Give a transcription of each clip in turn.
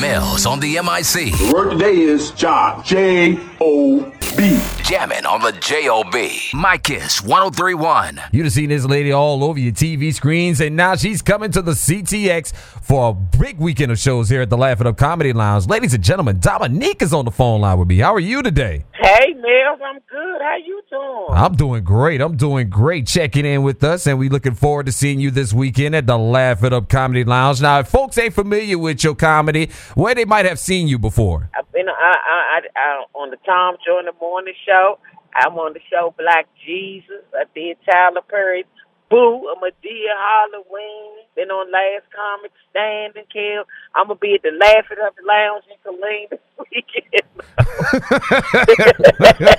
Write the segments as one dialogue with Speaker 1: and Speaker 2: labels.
Speaker 1: Mills on the MIC.
Speaker 2: The word today is job. J O B.
Speaker 1: Jamming on the JOB. My Kiss 1031.
Speaker 3: You'd have seen this lady all over your TV screens, and now she's coming to the CTX for a big weekend of shows here at the Laugh It Up Comedy Lounge. Ladies and gentlemen, Dominique is on the phone line with me. How are you today?
Speaker 4: Hey, Mills, I'm good. How you doing?
Speaker 3: I'm doing great. I'm doing great checking in with us, and we looking forward to seeing you this weekend at the Laugh It Up Comedy Lounge. Now, if folks ain't familiar with your comedy, where they might have seen you before.
Speaker 4: I've been I, I, I, I, on the Tom Joy in the Morning Show. I'm on the show Black Jesus. I did Tyler Perry, Boo, I'm a Medea Halloween. Been on Last Comic Stand and Kill. I'm gonna be at the Laugh It Up Lounge in Killeen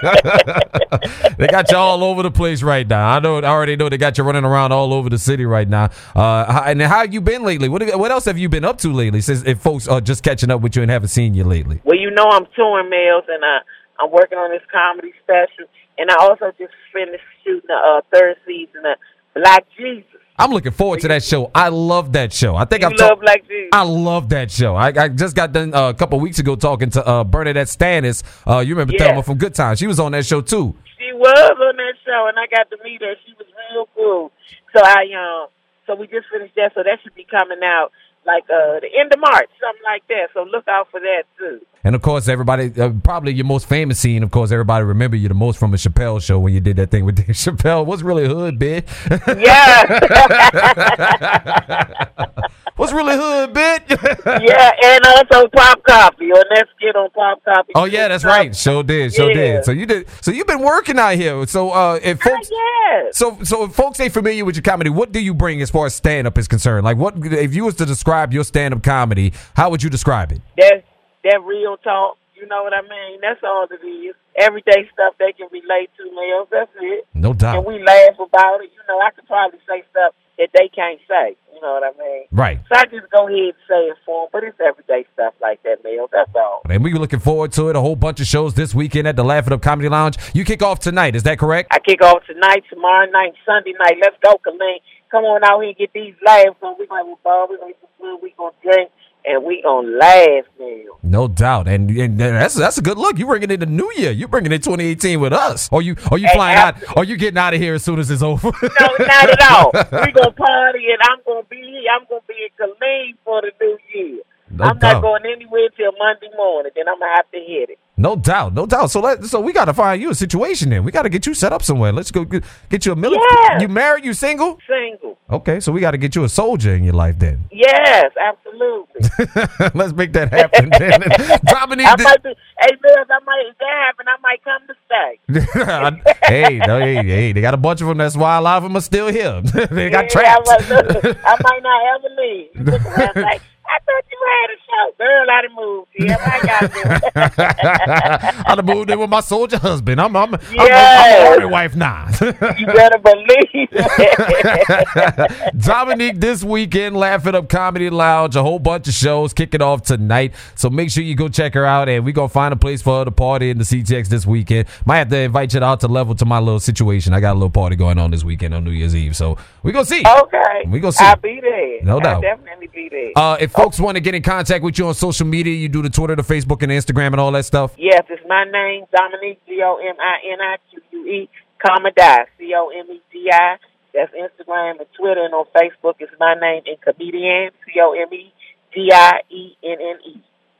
Speaker 4: this weekend.
Speaker 3: they got you all over the place right now. I know. I already know they got you running around all over the city right now. Uh, how- and how you been lately? What have- What else have you been up to lately? Since if folks are just catching up with you and haven't seen you lately.
Speaker 4: well, you know I'm touring Mills and uh, I'm working on this comedy special, and I also just finished shooting the uh, third season of Black Jesus.
Speaker 3: I'm looking forward to that show. I love that show. I think
Speaker 4: You
Speaker 3: I've
Speaker 4: love
Speaker 3: talked.
Speaker 4: Black Jesus.
Speaker 3: I love that show. I, I just got done uh, a couple weeks ago talking to uh, Bernadette Stannis. Uh, you remember
Speaker 4: Yeah.
Speaker 3: Thelma from Good Times? She was on that show too.
Speaker 4: she was on that show, and I got to meet her. She was real cool. So I um, so we just finished that. So that should be coming out like uh the end of March, something like that. So look out for that too.
Speaker 3: And of course, everybody uh, probably your most famous scene. Of course, everybody remember you the most from a Chappelle show when you did that thing with Dave Chappelle. What's really hood, bitch?
Speaker 4: Yeah,
Speaker 3: What's really hood, bitch?
Speaker 4: yeah, and also pop copy on that skit on pop copy.
Speaker 3: oh yeah, that's right. Show did, show
Speaker 4: Yeah.
Speaker 3: did. So you did. So you've been working out here. So uh, if
Speaker 4: Ah,
Speaker 3: folks.
Speaker 4: yes.
Speaker 3: So, so if folks ain't familiar with your comedy, what do you bring as far as stand up is concerned? Like, what if you was to describe your stand up comedy? How would you describe it?
Speaker 4: that that real talk. You know what I mean? That's all it is. Everyday stuff they can relate to, males. That's it.
Speaker 3: No doubt,
Speaker 4: And we laugh about it. You know, I could probably say stuff that they can't say. You know what I mean?
Speaker 3: right?
Speaker 4: So I just go ahead and say it for 'em, but it's everyday stuff like that, Mel. That's all.
Speaker 3: And we looking forward to it. A whole bunch of shows this weekend at the Laugh It Up Comedy Lounge. You kick off tonight, is that correct?
Speaker 4: I kick off tonight, tomorrow night, Sunday night. Let's go, Colleen. Come on out here and get these laughs on. We're going to have a ball. We're going to eat some food. We're going to drink. And we going to laugh, Mel.
Speaker 3: No doubt, and, and that's that's a good look. You bringing in the new year. You bringing in 2018 with us. Or you are you
Speaker 4: Hey,
Speaker 3: flying
Speaker 4: absolutely.
Speaker 3: out? Are you getting out of here as soon as it's over?
Speaker 4: No, not at all. We're going to party, and I'm going to be here. I'm going to be in Colleen for the new year.
Speaker 3: No
Speaker 4: I'm
Speaker 3: doubt.
Speaker 4: not going anywhere till Monday morning. Then I'm going to have to hit it.
Speaker 3: no doubt, no doubt. So let so we got to find you a situation. Then we got to get you set up somewhere. Let's go get, get you a million.
Speaker 4: Yeah.
Speaker 3: You married? You single?
Speaker 4: Single.
Speaker 3: Okay, so we got to get you a soldier in your life then.
Speaker 4: Yes, absolutely.
Speaker 3: Let's make that happen. Then. Dominique,
Speaker 4: I
Speaker 3: did-
Speaker 4: might be, hey, Mills, I might, if that happen, I might come to stay.
Speaker 3: hey, no, hey, hey, they got a bunch of them. That's why a lot of them are still here. they got
Speaker 4: Yeah,
Speaker 3: trapped.
Speaker 4: I, was, look, I might not ever leave. You look around like, I thought you had a show. Girl, I done moved. Yeah, I got you.
Speaker 3: I'd have moved in with my soldier husband. I'm, I'm, I'm, a- I'm,
Speaker 4: Yes.
Speaker 3: a army wife now.
Speaker 4: You better believe it.
Speaker 3: Dominique, this weekend, Laugh It Up Comedy Lounge, a whole bunch of shows kicking off tonight. So make sure you go check her out, and we going to find a place for her to party in the CTX this weekend. Might have to invite you out to level to my little situation. I got a little party going on this weekend on New Year's Eve. So we going to see.
Speaker 4: Okay.
Speaker 3: We gonna see.
Speaker 4: I'll be there.
Speaker 3: No doubt.
Speaker 4: I'll definitely be there.
Speaker 3: Uh, if folks want to get in contact with you on social media, you do the Twitter, the Facebook, and the Instagram, and all that stuff.
Speaker 4: yes, it's my name, Dominique, D-O-M-I-N-I-Q-U-E, E, comma die, C-O-M-E-D-I. E That's Instagram and Twitter and on Facebook. It's my name and comedian, E C-O-M-E-D-I-E-N-N-E.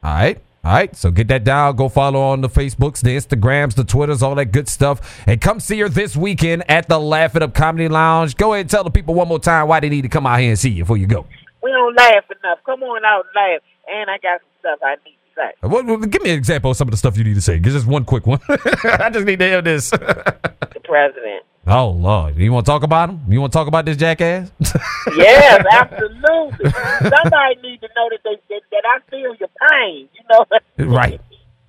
Speaker 3: All right. All right. So get that down. Go follow on the Facebooks, the Instagrams, the Twitters, all that good stuff. And come see her this weekend at the Laugh It Up Comedy Lounge. Go ahead and tell the people one more time why they need to come out here and see you before you go.
Speaker 4: We don't laugh enough. Come on out and laugh. And I got some stuff I need to say.
Speaker 3: What, what- give me an example of some of the stuff you need to say. Just one quick one. I just need to hear this.
Speaker 4: The president.
Speaker 3: oh, Lord. You want to talk about him? You want to talk about this jackass?
Speaker 4: Yes, absolutely. Somebody need to know that they that, that I feel your pain. You know.
Speaker 3: Right.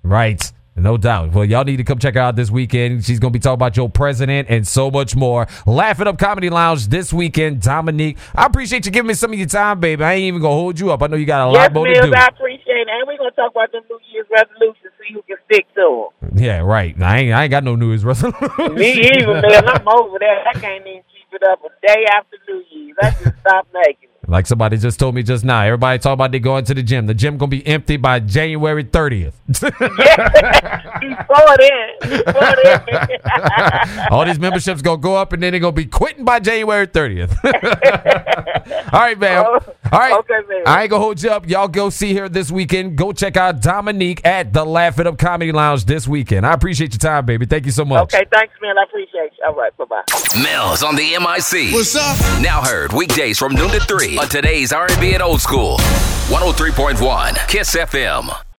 Speaker 3: Right. No doubt. Well, y'all need to come check her out this weekend. She's going to be talking about your president and so much more. Laugh It Up Comedy Lounge this weekend. Dominique, I appreciate you giving me some of your time, baby. I ain't even going to hold you up. I know you got a
Speaker 4: Yes,
Speaker 3: lot more to
Speaker 4: Mills,
Speaker 3: do.
Speaker 4: I appreciate it. And we're gonna talk about the New Year's resolutions, see who can stick to
Speaker 3: Yeah, right. I ain't, I ain't got no news, Russell.
Speaker 4: them. Me either, man. I'm over that. I can't even keep it up a day after New Year's. I just stopped making it.
Speaker 3: Like somebody just told me just now. Everybody talking about they going to the gym. The gym gonna be empty by January 30th.
Speaker 4: Before then, before then.
Speaker 3: All these memberships gonna go up, and then they're gonna be quitting by January 30th. All right, man.
Speaker 4: Oh,
Speaker 3: All right.
Speaker 4: okay, man.
Speaker 3: I ain't gonna hold you up. Y'all go see her this weekend. Go check out Dominique at the Laugh It Up Comedy Lounge this weekend. I appreciate your time, baby. Thank you so much.
Speaker 4: okay, thanks, man. I appreciate you. All right, bye bye.
Speaker 1: Mills on the MIC.
Speaker 5: What's up?
Speaker 1: Now heard weekdays oh from noon to 3 on today's R&B and old school. 103.1 KISS FM.